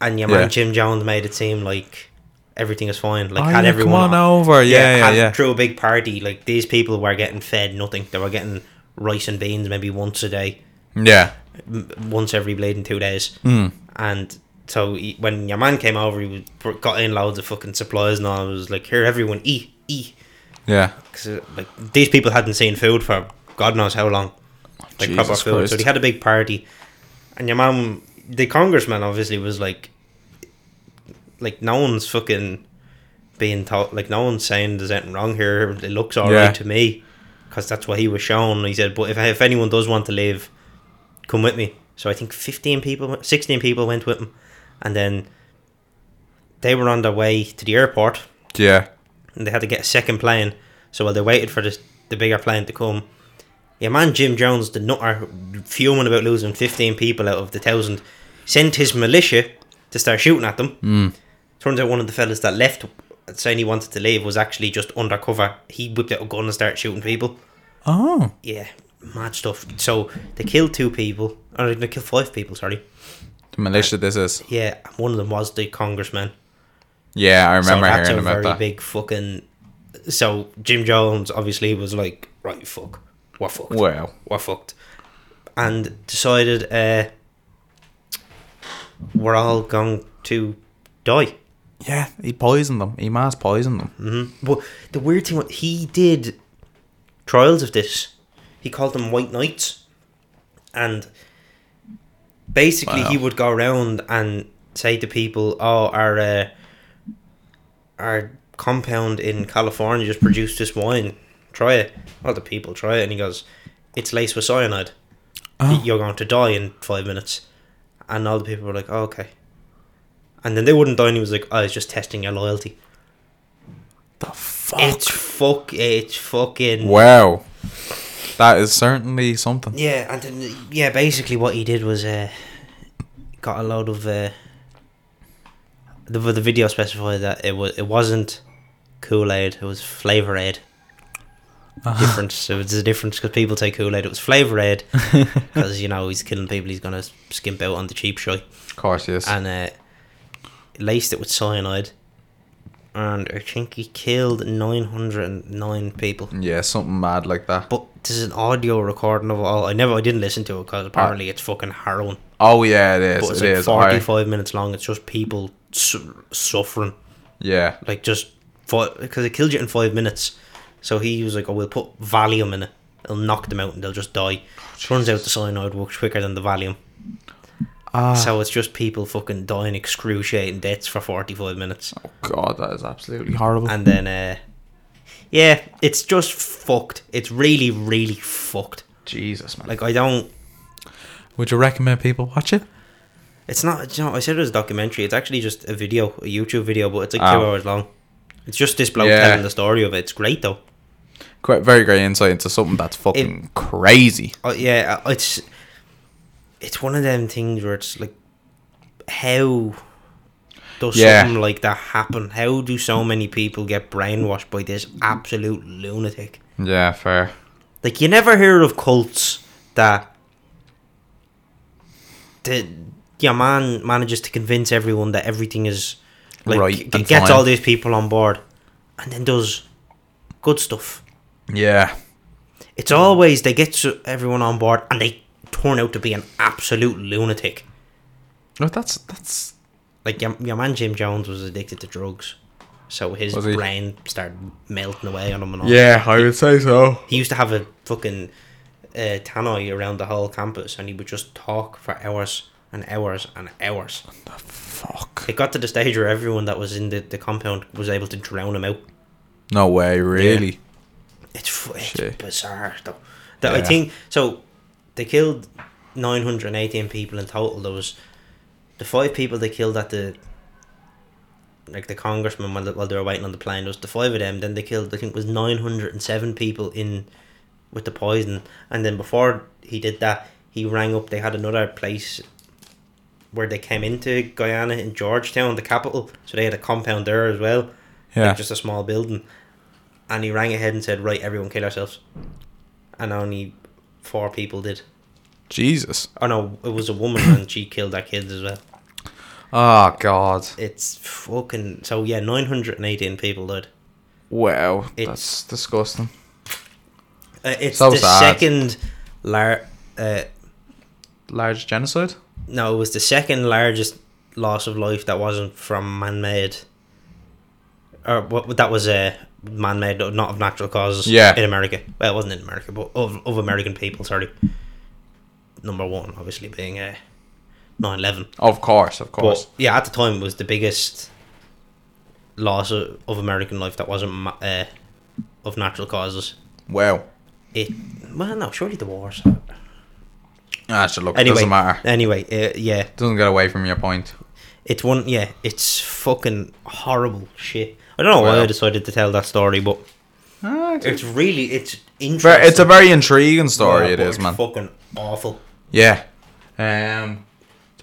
B: And your man
A: Yeah.
B: Jim Jones made it seem like everything is fine. Like
A: Oh,
B: had
A: yeah,
B: everyone
A: come on over. Yeah, yeah,
B: had,
A: yeah.
B: Threw a big party. Like these people were getting fed nothing. They were getting rice and beans maybe once a day,
A: Yeah.
B: m- once every blade in two days.
A: Hmm.
B: Mm. And so he, when your man came over, he was, br- got in loads of fucking supplies and all. It was like, here, everyone eat, eat.
A: Yeah.
B: Cause, like these people hadn't seen food for God knows how long, like
A: Jesus
B: proper food. So
A: Christ.
B: they had a big party, and your mum, the congressman, obviously was like, like no one's fucking being taught, like no one's saying there's anything wrong here. It looks alright
A: Yeah.
B: to me, because that's what he was shown. He said, but if if anyone does want to leave, come with me. So I think fifteen people, sixteen people went with him, and then they were on their way to the airport
A: Yeah.
B: and they had to get a second plane. So while they waited for this, the bigger plane to come, your man Jim Jones, the nutter, fuming about losing 15 people out of the thousand, sent his militia to start shooting at them. Turns out one of the fellas that left saying he wanted to leave was actually just undercover. He whipped out a gun and started shooting people.
A: Oh.
B: Yeah, mad stuff. So they killed two people, or they killed five people, sorry.
A: The militia this is.
B: Yeah, one of them was the congressman.
A: Yeah, I
B: So
A: remember
B: that's
A: hearing
B: a
A: about
B: very
A: that.
B: big fucking. So Jim Jones obviously was like, right, fuck, we're fucked, we're,
A: Wow.
B: fucked, and decided uh, we're all going to die.
A: Yeah, he poisoned them. He mass poisoned them.
B: But the weird thing was he did trials of this. He called them White Knights, and basically he
A: Wow.
B: would go around and say to people, "Oh, our uh, our compound in California just produced this wine. Try it." Well, the people try it, and he goes, "It's laced with cyanide.
A: Oh.
B: You're going to die in five minutes." And all the people were like, oh, "Okay." And then they wouldn't die, and he was like, "Oh, it's just testing your loyalty."
A: The fuck.
B: It's fuck. It's fucking.
A: wow. That is certainly something.
B: Yeah, and then, yeah, basically what he did was uh, got a load of uh, the the video specified that it was it wasn't Kool Aid, it was Flavor Aid. Difference. It was a difference because people take Kool Aid. It was Flavor Aid because you know he's killing people. He's gonna skimp out on the cheap shot
A: Of course, yes.
B: and uh, laced it with cyanide. and I think he killed 909 people.
A: Yeah, something mad like that.
B: But there's an audio recording of it all. I never, I didn't listen to it because apparently it's fucking harrowing.
A: Oh yeah, it is.
B: But it's
A: Ah. it
B: like
A: is, alright.
B: 45 minutes long. It's just people su- suffering,
A: Yeah,
B: like just because it killed you in five minutes. So he was like, "Oh, we'll put Valium in it. It'll knock them out and they'll just die."
A: Oh,
B: Turns out the cyanide works quicker than the Valium.
A: Ah.
B: So it's just people fucking dying excruciating deaths for 45 minutes.
A: Oh, God, that is absolutely horrible.
B: and then uh yeah it's just fucked it's really really fucked
A: Jesus, man.
B: like i don't
A: Would you recommend people watch it?
B: it's not you know, i said it was a documentary it's actually just a video a youtube video but it's like two
A: Oh.
B: hours long it's just this bloke
A: Yeah.
B: telling the story of it it's great though
A: Quite very great insight into something that's fucking crazy.
B: uh, yeah uh, it's it's one of them things where it's like how does
A: Yeah.
B: something like that happen how do so many people get brainwashed by this absolute lunatic
A: Yeah, fair.
B: Like you never hear of cults that the your man manages to convince everyone that everything is like
A: Right
B: g-
A: and
B: gets
A: fine.
B: all these people on board and then does good stuff.
A: Yeah,
B: It's always they get so- everyone on board and they turn out to be an absolute lunatic.
A: no, that's that's
B: Like your, your man Jim Jones was addicted to drugs. So his
A: Was he?
B: brain started melting away on him and all.
A: yeah, I would say so.
B: He used to have a fucking uh, tannoy around the whole campus, and he would just talk for hours and hours and hours.
A: Fuck.
B: It got to the stage where everyone that was in the, the compound was able to drown him out.
A: No way, really.
B: It's, fu- it's
A: Shit.
B: bizarre though. That I
A: Yeah.
B: think so. They killed nine hundred and eighteen people in total. There was the five people they killed at the like the congressman while they, while they were waiting on the plane. There was the five of them. Then they killed I think it was nine hundred and seven people in with the poison. And then before he did that, he rang up. They had another place where they came into Guyana in Georgetown, the capital. So they had a compound there as well
A: Yeah,
B: like just a small building. And he rang ahead and said, "Right, everyone kill ourselves," and only four people did.
A: Jesus.
B: Oh no, it was a woman and she killed her kids as well.
A: Oh God.
B: It's fucking so yeah, nine hundred and eighteen people died.
A: Wow,
B: It's-
A: that's disgusting.
B: Uh, it's
A: So
B: the
A: sad.
B: second lar- uh,
A: Large genocide.
B: No, it was the second largest loss of life that wasn't from man-made, or what that was uh, man-made, not of natural causes.
A: Yeah.
B: in America. Well, it wasn't in America, but of, of American people. Sorry. Number one, obviously being uh, 9-11.
A: Of course, of course.
B: But yeah, at the time it was the biggest loss of, of American life that wasn't ma- uh, of natural causes.
A: wow.
B: It well, no, surely the wars. Anyway,
A: Ah, sure, look, it doesn't matter.
B: anyway, uh, yeah,
A: Doesn't get away from your point.
B: It's one, yeah. It's fucking horrible shit. I don't know why I
A: Wow.
B: decided to tell that story, but
A: Ah, it's,
B: it's really it's
A: ver-
B: interesting.
A: it's a very intriguing story.
B: Yeah,
A: it
B: but
A: is,
B: it's
A: man.
B: Fucking awful.
A: Yeah. Um.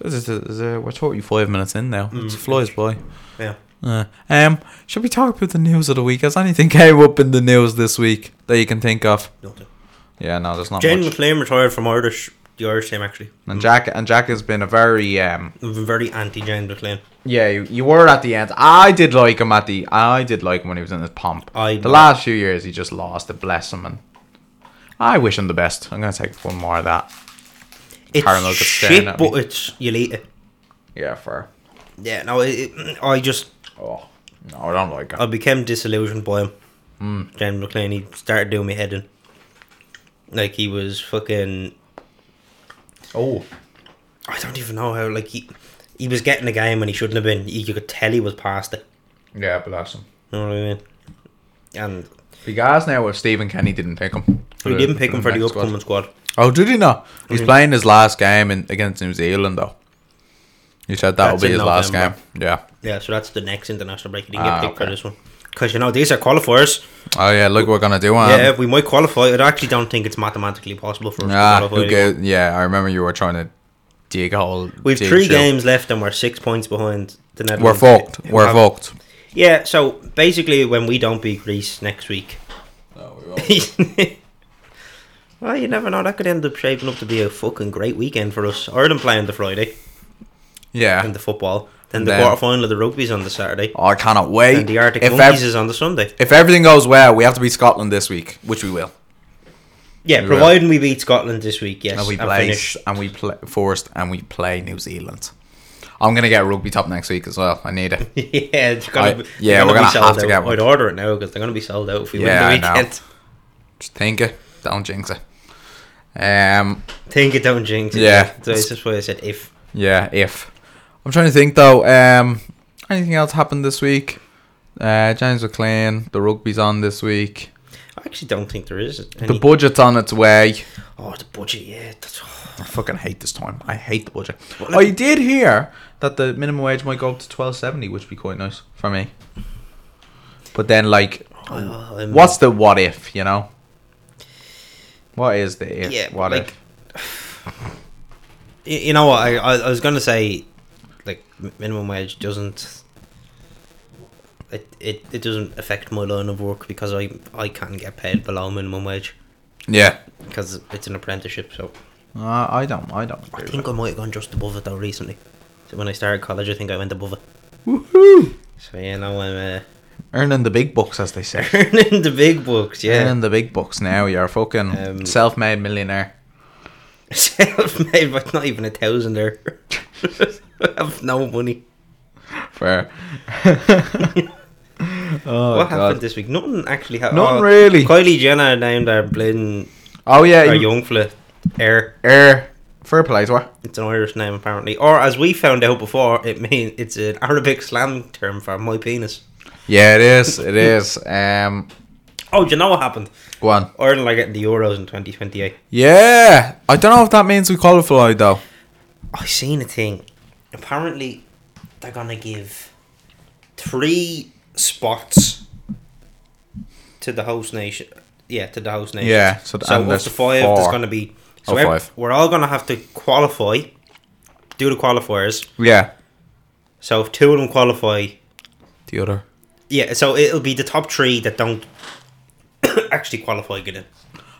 A: this is- this is, uh, we're 45 minutes in now. It flies by.
B: Yeah.
A: Uh, um. Should we talk about the news of the week? Has anything came up in the news this week that you can think of?
B: Nothing.
A: Yeah. No, there's not
B: Jane
A: much.
B: McLean retired from Irish, the Irish team actually.
A: And Jack and Jack has been a very um.
B: I'm very anti Jane McLean.
A: Yeah, you, you were at the end. I did like him at the. I did like him when he was in his pomp.
B: I-
A: the last few years he just lost. To bless him, and I wish him the best. I'm gonna take one more of that.
B: It's
A: Caramel just staring
B: shit,
A: at me.
B: but it's you later.
A: Yeah, fair.
B: Yeah. No, it, it- I just
A: Oh no, I don't like him.
B: I became disillusioned by him.
A: Hmm.
B: Mm. Jane McLean, he started doing me head in. Like he was fucking
A: oh,
B: I don't even know how. Like he, he was getting the game when he shouldn't have been. You, you could tell he was past it.
A: yeah, bless him.
B: You know what I mean? And
A: Be guys now if Stephen Kenny didn't pick him.
B: we didn't pick him for the
A: next squad.
B: upcoming squad.
A: Oh, did he not? He's playing his last game in, against New Zealand though. He said that'll
B: That's
A: be
B: in
A: his last game.
B: November.
A: Yeah.
B: Yeah, so that's the next international break. He didn't get
A: Ah,
B: picked for
A: okay.
B: this one because you know these are qualifiers.
A: Oh yeah, look what we're gonna do. Um,
B: yeah, we might qualify. I actually don't think it's mathematically possible for us to
A: Ah,
B: qualify.
A: who gave, yeah, I remember you were trying to dig a hole.
B: We've
A: dig
B: three
A: through.
B: games left and we're six points behind the
A: We're
B: Netherlands.
A: fucked.
B: who
A: We're
B: have-
A: fucked.
B: Yeah, so basically, when we don't beat Greece next week, well, you never know. That could end up shaping up to be a fucking great weekend for us. Ireland playing the Friday.
A: yeah.
B: in the football. Then the
A: Then-
B: quarter final of the rugby's on the Saturday,
A: Oh, I cannot wait.
B: and the Arctic
A: if,
B: Monkeys
A: ev-
B: is on the Sunday.
A: if everything goes well, we have to beat Scotland this week, which we will.
B: Yeah,
A: will.
B: providing we beat Scotland this week, yes,
A: And we
B: and
A: play
B: finish.
A: and we play first, and we play New Zealand. I'm gonna get a rugby top next week as well. I need it.
B: yeah, it's gonna
A: I-
B: be,
A: yeah,
B: they're
A: we're
B: gonna
A: gonna
B: be sold
A: have to
B: out.
A: get one.
B: I'd order it now because they're gonna be sold out if we
A: Yeah, I
B: win the
A: know.
B: weekend.
A: Just think it. Don't jinx it. Um.
B: Think it, don't jinx it.
A: Yeah.
B: so it's just why I said if.
A: Yeah. If I'm trying to think though, um, anything else happened this week? Uh, James McLean, the rugby's on this week.
B: I actually don't think there is.
A: The
B: Any.
A: budget's on its way.
B: oh, the budget. Yeah, that's. oh,
A: I fucking hate this time. I hate the budget.
B: Well,
A: I did hear that the minimum wage might go up to twelve seventy, which would be quite nice for me. But then, like,
B: Oh, I'm-
A: what's the what if? You know, what is the if?
B: Yeah,
A: what
B: like-
A: if?
B: Y- You know what? I, I, I was going to say, like, m- minimum wage doesn't. It, it, it doesn't affect my line of work because I I can get paid below minimum wage
A: Yeah,
B: because it's an apprenticeship. So
A: uh, I don't. I don't.
B: I
A: agree
B: think
A: with
B: I might have gone just above it though recently. So when I started college, I think I went above it.
A: Woohoo!
B: So you know I'm uh,
A: Earning the big bucks, as they say.
B: earning the big bucks. Yeah,
A: Earning the big bucks now. You're a fucking
B: Um,
A: self-made millionaire.
B: self-made, but not even a thousand there. I have no money.
A: Fair. oh god.
B: what happened this week? Nothing actually happened.
A: Nothing really.
B: Kylie Jenner named her blin
A: Oh yeah.
B: our
A: you-
B: young fella Air.
A: Er, fair play to her.
B: It's an Irish name apparently, or as we found out before, it means it's an Arabic slang term for my penis.
A: Yeah, it is. It is. Um,
B: Oh, do you know what happened?
A: go on.
B: Ireland are getting the Euros in 2028.
A: Yeah, I don't know if that means we qualified though.
B: I seen a thing. Apparently, they're gonna give three spots to the host nation. Yeah, to the host nation.
A: Yeah, so
B: So,
A: th-
B: so
A: and
B: of
A: there's
B: the five,
A: four.
B: there's gonna be. So
A: Oh,
B: ev-
A: five.
B: we're all gonna have to qualify, do the qualifiers.
A: Yeah,
B: So if two of them qualify,
A: the other.
B: Yeah, so it'll be the top three that don't actually qualify get in.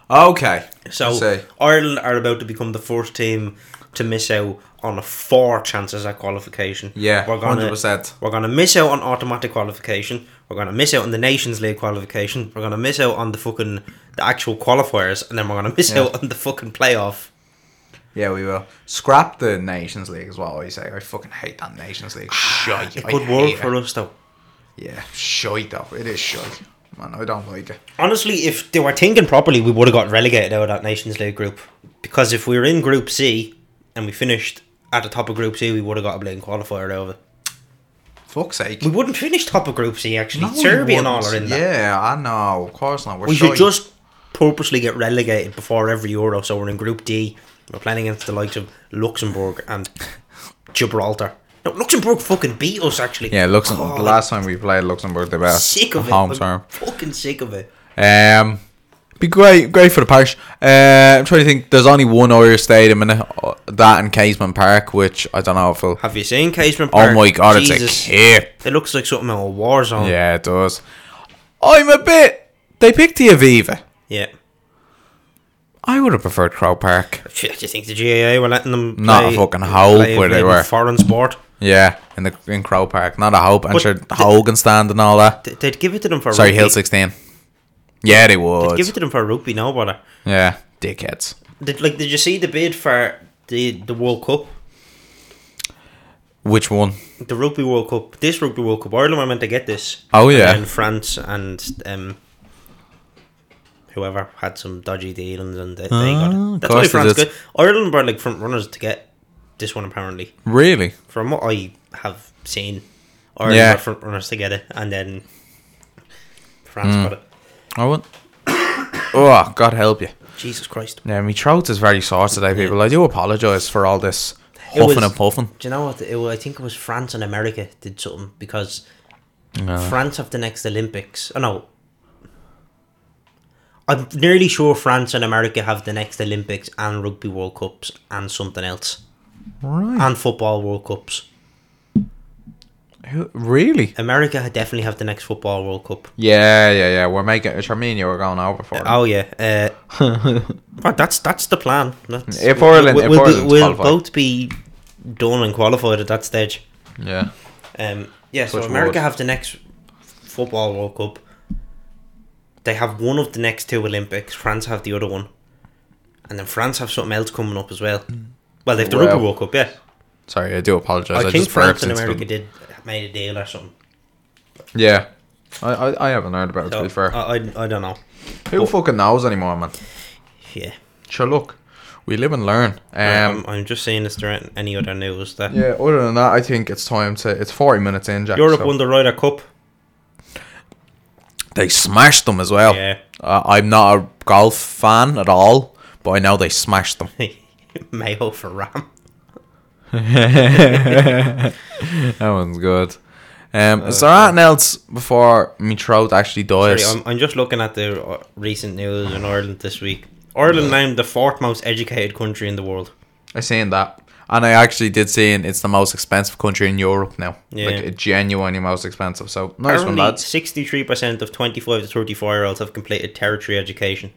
A: Okay. I
B: So
A: see.
B: Ireland are about to become the first team to miss out on four chances at qualification.
A: Yeah,
B: we're gonna
A: 100%.
B: we're gonna miss out on automatic qualification. We're gonna miss out on the Nations League qualification. We're gonna miss out on the fucking the actual qualifiers, and then we're gonna miss
A: Yeah.
B: out on the fucking playoff.
A: Yeah, we will scrap the Nations League as well. I say I fucking hate that Nations League.
B: Ah,
A: Shite.
B: It
A: I
B: could
A: hate
B: work
A: it.
B: for us though.
A: Yeah, shite though. It is shite. Man, I don't like it.
B: Honestly, if they were thinking properly, we would have got relegated out of that Nations League group. Because if we were in Group C and we finished at the top of Group C, we would have got a blame qualifier out of it.
A: Fuck's sake.
B: We wouldn't finish top of Group C actually.
A: No, we
B: Serbia and all
A: wouldn't.
B: are in that.
A: Yeah, I know. Of course not. We're
B: We should
A: shite.
B: just purposely get relegated before every Euro, so we're in Group D. We're playing against the likes of Luxembourg and Gibraltar. No, Luxembourg fucking beat us actually.
A: Yeah, Luxembourg.
B: God,
A: the last time we played Luxembourg, they were
B: Oh, sick of it.
A: home
B: I'm
A: term.
B: fucking sick of it.
A: Um, be great, great for the parish. Uh, I'm trying to think. There's only one Irish stadium in it, uh, that in Casement Park, which I don't know if. It'll,
B: Have you seen Casement Park?
A: oh my god,
B: Jesus.
A: it's a kip.
B: It looks like something out of Warzone.
A: Yeah, it does. I'm a bit. They picked the Aviva.
B: Yeah.
A: I would have preferred Crow Park.
B: Do you think the GAA were letting them?
A: Not a
B: play-
A: fucking hope
B: play-
A: where they
B: play
A: were.
B: Foreign sport.
A: Yeah, in the in Crow Park, not a hope. And
B: But
A: sure,
B: the-
A: Hogan stand and all that.
B: They- They'd give it to them for
A: Sorry,
B: rugby.
A: Hill 16. Yeah, they
B: They'd
A: would.
B: give it to them for rugby. No bother.
A: yeah, dickheads.
B: Did like did you see the bid for the the World Cup,
A: Which one?
B: the Rugby World Cup? This Rugby World Cup, Ireland were meant to get this.
A: Oh, yeah.
B: And France and um, whoever had some dodgy dealings and they, they got
A: Ah,
B: it.
A: of
B: That's why
A: course they
B: France
A: did.
B: got. Ireland were like front runners to get this one apparently.
A: Really?
B: from what I have seen, Ireland
A: Yeah.
B: yeah. front runners together, and then France got it.
A: I wouldn't. oh, God help you.
B: Jesus Christ!
A: Yeah, my throat is very sore today, people. I do apologise for all this
B: It
A: huffing
B: was-
A: and puffing.
B: Do you know what? It, wa- I think it was France and America did something because France have the next Olympics. Oh no. I'm nearly sure France and America have the next Olympics and Rugby World Cups and something else.
A: Right.
B: And Football World Cups. Ah.
A: Who- Really?
B: America definitely have the next Football World Cup.
A: Yeah, yeah, yeah. We're making. It's Armenia we're going over for. it.
B: Oh yeah, uh, but that's that's the plan. That's,
A: If Ireland-
B: we-
A: if
B: we'll, be-
A: Ireland's
B: we'll
A: qualified.
B: both be done and qualified at that stage.
A: Yeah.
B: Um, yeah, so
A: Touch
B: America
A: wood.
B: have the next football World Cup. They have one of the next two Olympics. France have the other one, and then France have something else coming up as well. Well, they've the
A: Wow.
B: Rugby World Cup, yeah.
A: Sorry, I do apologize.
B: I,
A: I,
B: think
A: just burped
B: France and
A: into the-
B: America did made a deal or something.
A: Yeah. I, I, I haven't heard about it, to
B: So, uh,
A: be fair.
B: I, I, I don't know.
A: Who fucking knows anymore, man?
B: Yeah,
A: Sure, look, we live and learn. Um,
B: I'm, I'm just seeing if there ain't any other news that
A: yeah. Other than that, I think it's time to. It's forty minutes in, Jack.
B: Europe
A: so-
B: won the Ryder Cup.
A: They smashed them as well.
B: Yeah.
A: Uh, I'm not a golf fan at all, but I know they smashed them.
B: Mayo for Ram.
A: That one's good. Um, is there anything else before me throat actually dies?
B: Sorry, I'm, I'm just looking at the uh, recent news in Ireland this week. Ireland named the fourth most educated country in the world.
A: I seen that, and I actually did see it's the most expensive country in Europe now.
B: Yeah.
A: Like it genuinely most expensive. So nice one,
B: Apparently,
A: lads.
B: sixty-three percent of twenty-five to thirty-four year olds have completed tertiary education.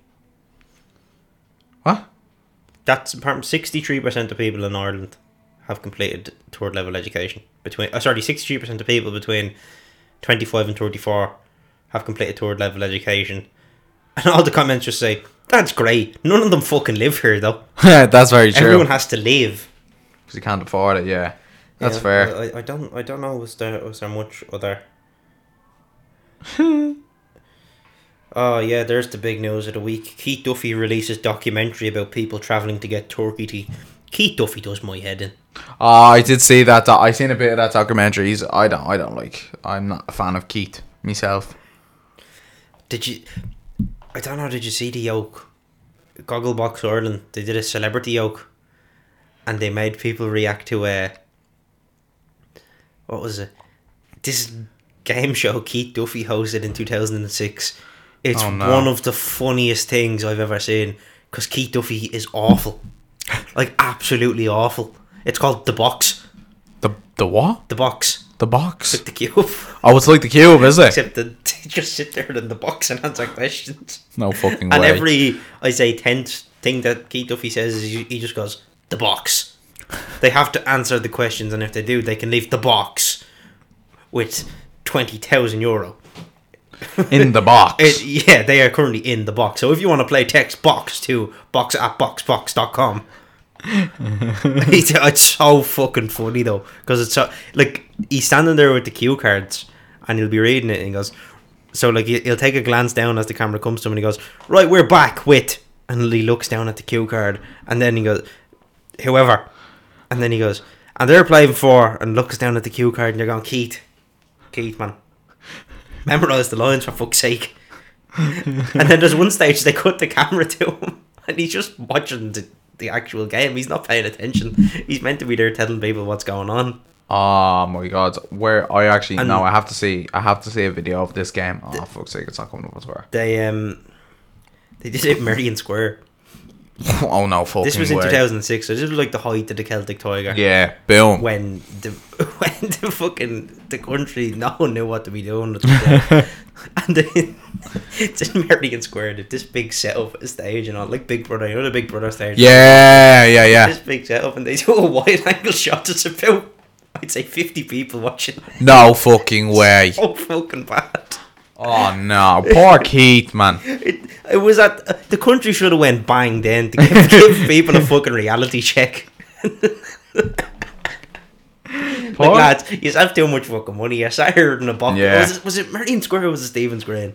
A: What?
B: That's apparently sixty-three percent of people in Ireland have completed third level education. Between, uh, sorry, sixty-three percent of people between twenty-five and thirty-four have completed third level education. And all the comments just say, "That's great." None of them fucking live here though.
A: That's very true.
B: Everyone
A: Because
B: has to leave.
A: you can't afford it. Yeah. That's
B: Yeah,
A: fair.
B: I, I don't I don't know was there was there much other Oh yeah, there's the big news of the week. Keith Duffy releases documentary about people travelling to get turkey tea. Keith Duffy does my head in.
A: Oh, I did see that. doc- I seen a bit of that documentary. He's, I don't. I don't like. I'm not a fan of Keith myself.
B: Did you I don't know, did you see the yoke? Gogglebox Ireland, they did a celebrity yoke and they made people react to uh what was it? This game show Keith Duffy hosted in 2006. It's
A: Oh, no.
B: one of the funniest things I've ever seen because Keith Duffy is awful. like, absolutely awful. It's called The Box.
A: The the what?
B: The Box.
A: The box.
B: The Cube.
A: Oh, it's like the cube, is it?
B: Except that they just sit there in the box and answer questions.
A: No fucking way.
B: And every, I say, tenth thing that Keith Duffy says is he he just goes, the box. They have to answer the questions, and if they do, they can leave the box with 20,000 euro.
A: in the box.
B: It, yeah, they are currently in the box. So if you want to play text box to box at boxbox.com. it's, it's so fucking funny though, because it's so like he's standing there with the cue cards and he'll be reading it and he goes, so like he- he'll take a glance down as the camera comes to him and he goes, right, we're back with, and he looks down at the cue card and then he goes, whoever, and then he goes, and they're playing for and looks down at the cue card and they're going, Keith, Keith man, memorize the lines for fuck's sake. And then there's one stage they cut the camera to him, and he's just watching the, the actual game. He's not paying attention. He's meant to be there telling people what's going on.
A: oh my god. Where I actually
B: And-
A: no. I have to see. I have to see a video of this game. Oh fuck's sake! It's not coming up as well.
B: They um, they did it at Meridian Square.
A: oh no! Fucking
B: This was in
A: way.
B: 2006, so this was like the height of the Celtic Tiger.
A: Yeah. Boom.
B: When the when the fucking the country no one knew what to be doing with themselves. and then it's in Meridian Square. Did this big setup a stage and all like Big Brother, you know the Big Brother stage.
A: Yeah. Yeah. Yeah.
B: this big setup and they do a wide angle shot. It's about, I'd say, 50 people watching.
A: No fucking way.
B: Oh, fucking bad.
A: Oh no! Poor Keith, man.
B: It, it was at the country should have went bang then to give, give people a fucking reality check. Like,
A: Poor-
B: lads, you have too much fucking money. I sat here in a box.
A: Yeah.
B: Was, it, was it Meridian Square or was it Stephen's Green?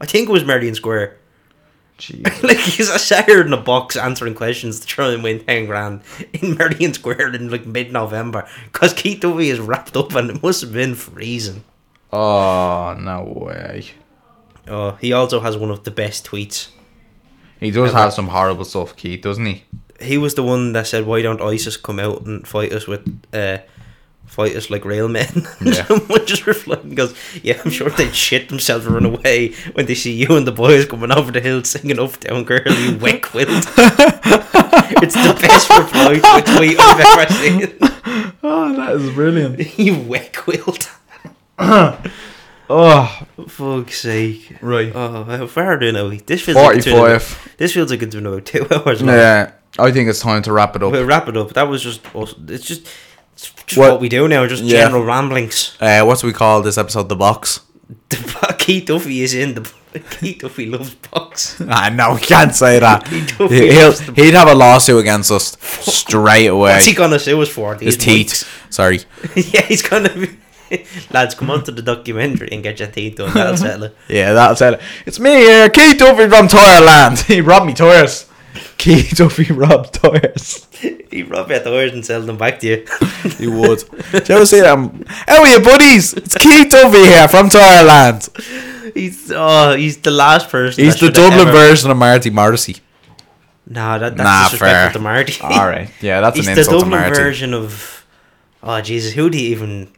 B: I think it was Meridian Square.
A: Jeez.
B: Like, he's I sat here in a box answering questions to try and win 10 grand in Meridian Square in like mid November because Keith Duffy is wrapped up and it must have been freezing.
A: Oh no way.
B: Oh, he also has one of the best tweets.
A: He does have some horrible stuff, Keith, doesn't he?
B: He was the one that said, "Why don't ISIS come out and fight us with, uh, fight us like real men?" And
A: Yeah.
B: Someone just replied and goes, "Yeah, I'm sure they'd shit themselves and run away when they see you and the boys coming over the hill singing up down girl, you wet quilt." it's the best reply to a tweet I've ever seen.
A: Oh, that is brilliant.
B: you wet quilt.
A: Oh,
B: Fuck's sake.
A: right.
B: Oh, how far do you know? This feels like it's been-
A: 45.
B: This feels like it's been about two hours. long.
A: yeah, I think it's time to wrap it up.
B: We'll wrap it up. That was just awesome. It's just Just what,
A: What-
B: we do now, just
A: Yeah.
B: general ramblings.
A: Uh, what's we call this episode? The box.
B: Keith Duffy is in the. Keith Duffy loves box.
A: Ah, no, we can't say that.
B: don't
A: he, he'll,
B: use the-
A: he'd have a lawsuit against us straight away.
B: What's he gonna sue us for?
A: His
B: These
A: teeth. Sorry.
B: mics. yeah, he's gonna be. Lads, come on to the documentary and get your teeth done. That'll settle it.
A: Yeah, that'll tell it. It's me, uh, Keith Duffy from Tireland. he robbed me tires. Keith Duffy robbed tires.
B: He rob your doors and sell them back to you.
A: He would. Did you ever see them? How are you, buddies? It's Keith Duffy here from Tireland.
B: he's oh, he's the last person.
A: He's
B: that
A: the
B: should
A: Dublin
B: ever-
A: version of Marty Morrissey.
B: Nah, that, that's
A: Nah,
B: disrespectful
A: fair.
B: to Marty.
A: All right. Yeah, that's
B: he's
A: an
B: the
A: insult to
B: Dublin
A: Marty.
B: version of. Oh Jesus, who do you even?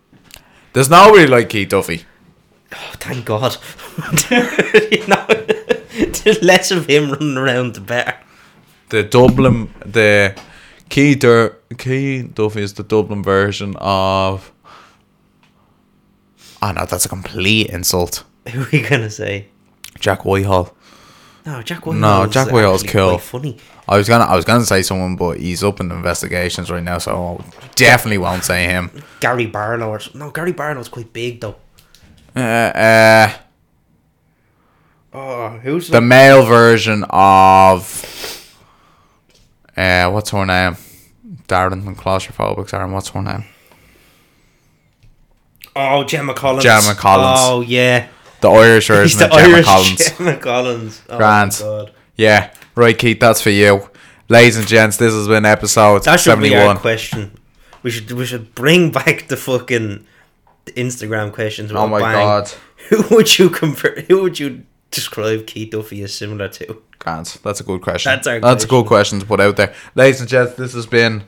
A: There's nobody like Keith Duffy.
B: Oh, thank God. you know, there's less of him running around, the better.
A: The Dublin, the Keith, Dur- Keith Duffy is the Dublin version of. Oh no, that's a complete insult.
B: Who are you gonna say?
A: Jack Whitehall.
B: No, Jack Whitehall.
A: No, Jack Whitehall's
B: actually
A: cool.
B: quite Funny.
A: I was gonna, I was gonna say someone, but he's up in investigations right now, so I definitely won't say him.
B: Gary Barlow or something. No, Gary Barlow's quite big though.
A: Uh, uh,
B: Oh, who's
A: the male version of, uh, what's her name? Darren from Claustrophobics. Darren, what's her name?
B: Oh, Gemma Collins.
A: Gemma Collins.
B: Oh yeah,
A: The Irish version
B: he's the
A: of Gemma
B: Irish
A: Collins.
B: Gemma Collins. Oh, my
A: Grand.
B: God.
A: Yeah, right, Keith. That's for you, ladies and gents. This has been episode
B: That should be our
A: seventy-one.
B: question. We should we should bring back the fucking Instagram questions. with
A: Oh
B: a
A: my
B: bang.
A: god,
B: Who would you compare? Who would you describe Keith Duffy as similar to?
A: Grant, that's a good question.
B: That's our
A: That's a good question to put out there, ladies and gents. This has been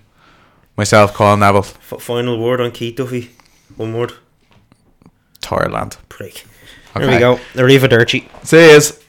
A: myself, Colin Neville,
B: F- final word on Keith Duffy. One word.
A: Thailand.
B: Prick.
A: Okay.
B: There we go. Arrivederci.
A: See yous.